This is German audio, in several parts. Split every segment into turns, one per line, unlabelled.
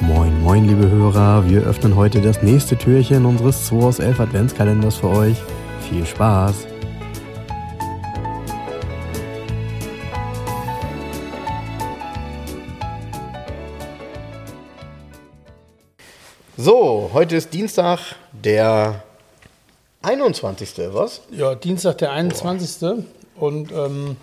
Moin, moin, liebe Hörer. Wir öffnen heute das nächste Türchen unseres 2 aus 11 Adventskalenders für euch. Viel Spaß!
So, heute ist Dienstag, der 21. Was?
Ja, Dienstag, der 21. Und ähm,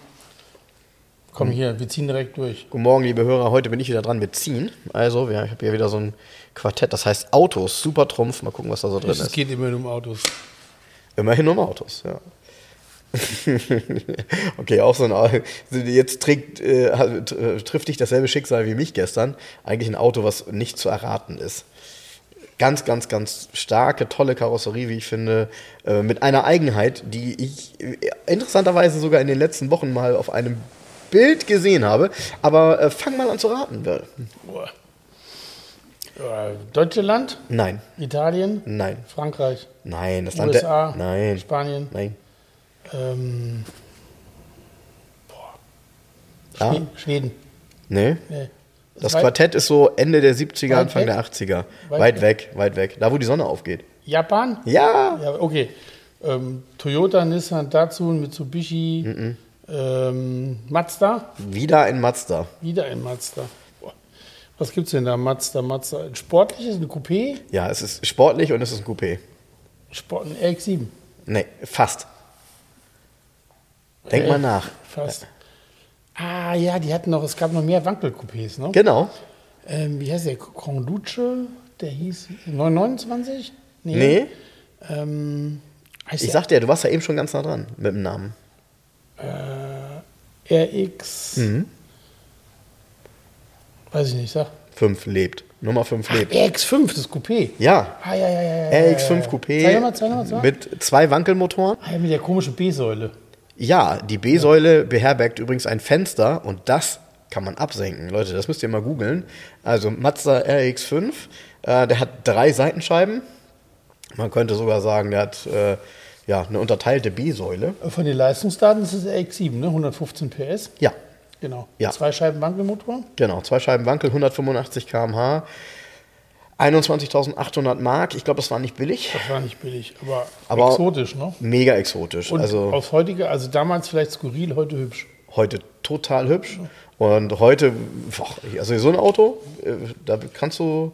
komm
Hm.
hier, wir ziehen direkt durch.
Guten Morgen, liebe Hörer. Heute bin ich wieder dran mit Ziehen. Also, wir, ich habe hier wieder so ein Quartett, das heißt Autos, super Trumpf. Mal gucken, was da so drin
Es
ist.
geht immer nur um Autos.
Immerhin um Autos, ja. okay, auch so ein Au- also Jetzt trägt, äh, hat- äh, trifft dich dasselbe Schicksal wie mich gestern. Eigentlich ein Auto, was nicht zu erraten ist. Ganz, ganz, ganz starke, tolle Karosserie, wie ich finde. Äh, mit einer Eigenheit, die ich äh, interessanterweise sogar in den letzten Wochen mal auf einem Bild gesehen habe. Aber äh, fang mal an zu raten. Will.
Boah. Äh, Deutschland,
Nein,
Italien,
nein,
Frankreich,
nein. Das Land
USA,
der. Nein,
Spanien,
nein.
ähm, boah.
Ah.
Schwe- Schweden.
Nee.
Nee.
Das
Wei-
Quartett ist so Ende der 70er,
Weit
Anfang
weg?
der 80er. Weit,
Weit
weg. weit weg. Da, wo die Sonne aufgeht.
Japan?
Ja!
Ja, okay. Ähm, Toyota, Nissan, Datsun, Mitsubishi,
Mhm.
ähm, Mazda.
Wieder ein Mazda.
Wieder ein Mazda. Boah. Was gibt's denn da? Mazda, Mazda. Ein sportliches, ein Coupé?
Ja, es ist sportlich und es ist ein Coupé.
Sport, ein RX-7.
Nee, fast. Denk
Äh,
mal nach.
Fast. Ah ja, die hatten noch, es gab noch mehr Wankelcoupés, ne?
Genau.
Ähm, wie heißt der? Conduce? Der hieß 929?
Nee.
Ähm, heißt
Ich
der
sagte ja, du warst ja eben schon ganz nah dran mit dem Namen.
RX.
Mhm.
Weiß ich nicht, sag. Ah,
5 lebt. Nummer 5 lebt.
RX5, das Coupé.
Ja.
Ah, ja, ja, ja.
Äh,
ja, ja, ja,
RX5
ja. Zeig
Coupé
nochmal, zeig nochmal, zeig.
mit zwei Wankelmotoren.
Ah, ja, mit der komischen B-Säule.
Ja, die B-Säule beherbergt übrigens ein Fenster und das kann man absenken. Leute, das müsst ihr mal googeln. Also Mazda RX5, äh, der hat drei Seitenscheiben. Man könnte sogar sagen, der hat äh, ja, eine unterteilte B-Säule.
Von den Leistungsdaten ist es der RX7, ne? 115 PS.
Ja,
Genau.
Ja.
Zwei Scheiben Wankelmotor.
genau. Zwei Scheiben Wankel, 185 km/h, 21.800 Mark. Ich glaube, das war nicht billig.
Das war nicht billig, aber,
Aber-
exotisch, ne?
Mega exotisch.
Und
also
aus heutiger, also damals vielleicht skurril, heute hübsch.
heute total hübsch. Und heute, boah, also so ein Auto, äh, da kannst du,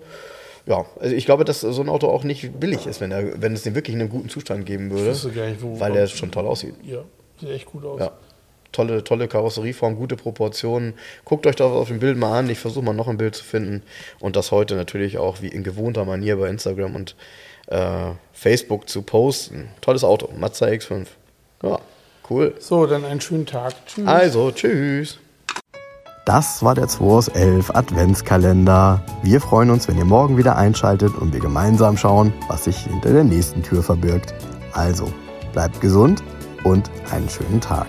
ja, also ich glaube, dass so ein Auto auch nicht billig ist, wenn, er, wenn es den wirklich in einem guten Zustand geben würde.
wüsste gar nicht, wo-
weil der schon toll aussieht.
Ja, sieht echt gut aus.
Ja. Tolle, tolle Karosserieform, gute Proportionen. Guckt euch das auf dem Bild mal an. Ich versuche mal noch ein Bild zu finden. Und das heute natürlich auch wie in gewohnter Manier bei Instagram und äh, Facebook zu posten. Tolles Auto, Mazda X5. Ja, cool.
So, dann einen schönen Tag. Tschüss.
Also, tschüss.
Das war der 2 aus 11 Adventskalender. Wir freuen uns, wenn ihr morgen wieder einschaltet und wir gemeinsam schauen, was sich hinter der nächsten Tür verbirgt. Also, bleibt gesund und einen schönen Tag.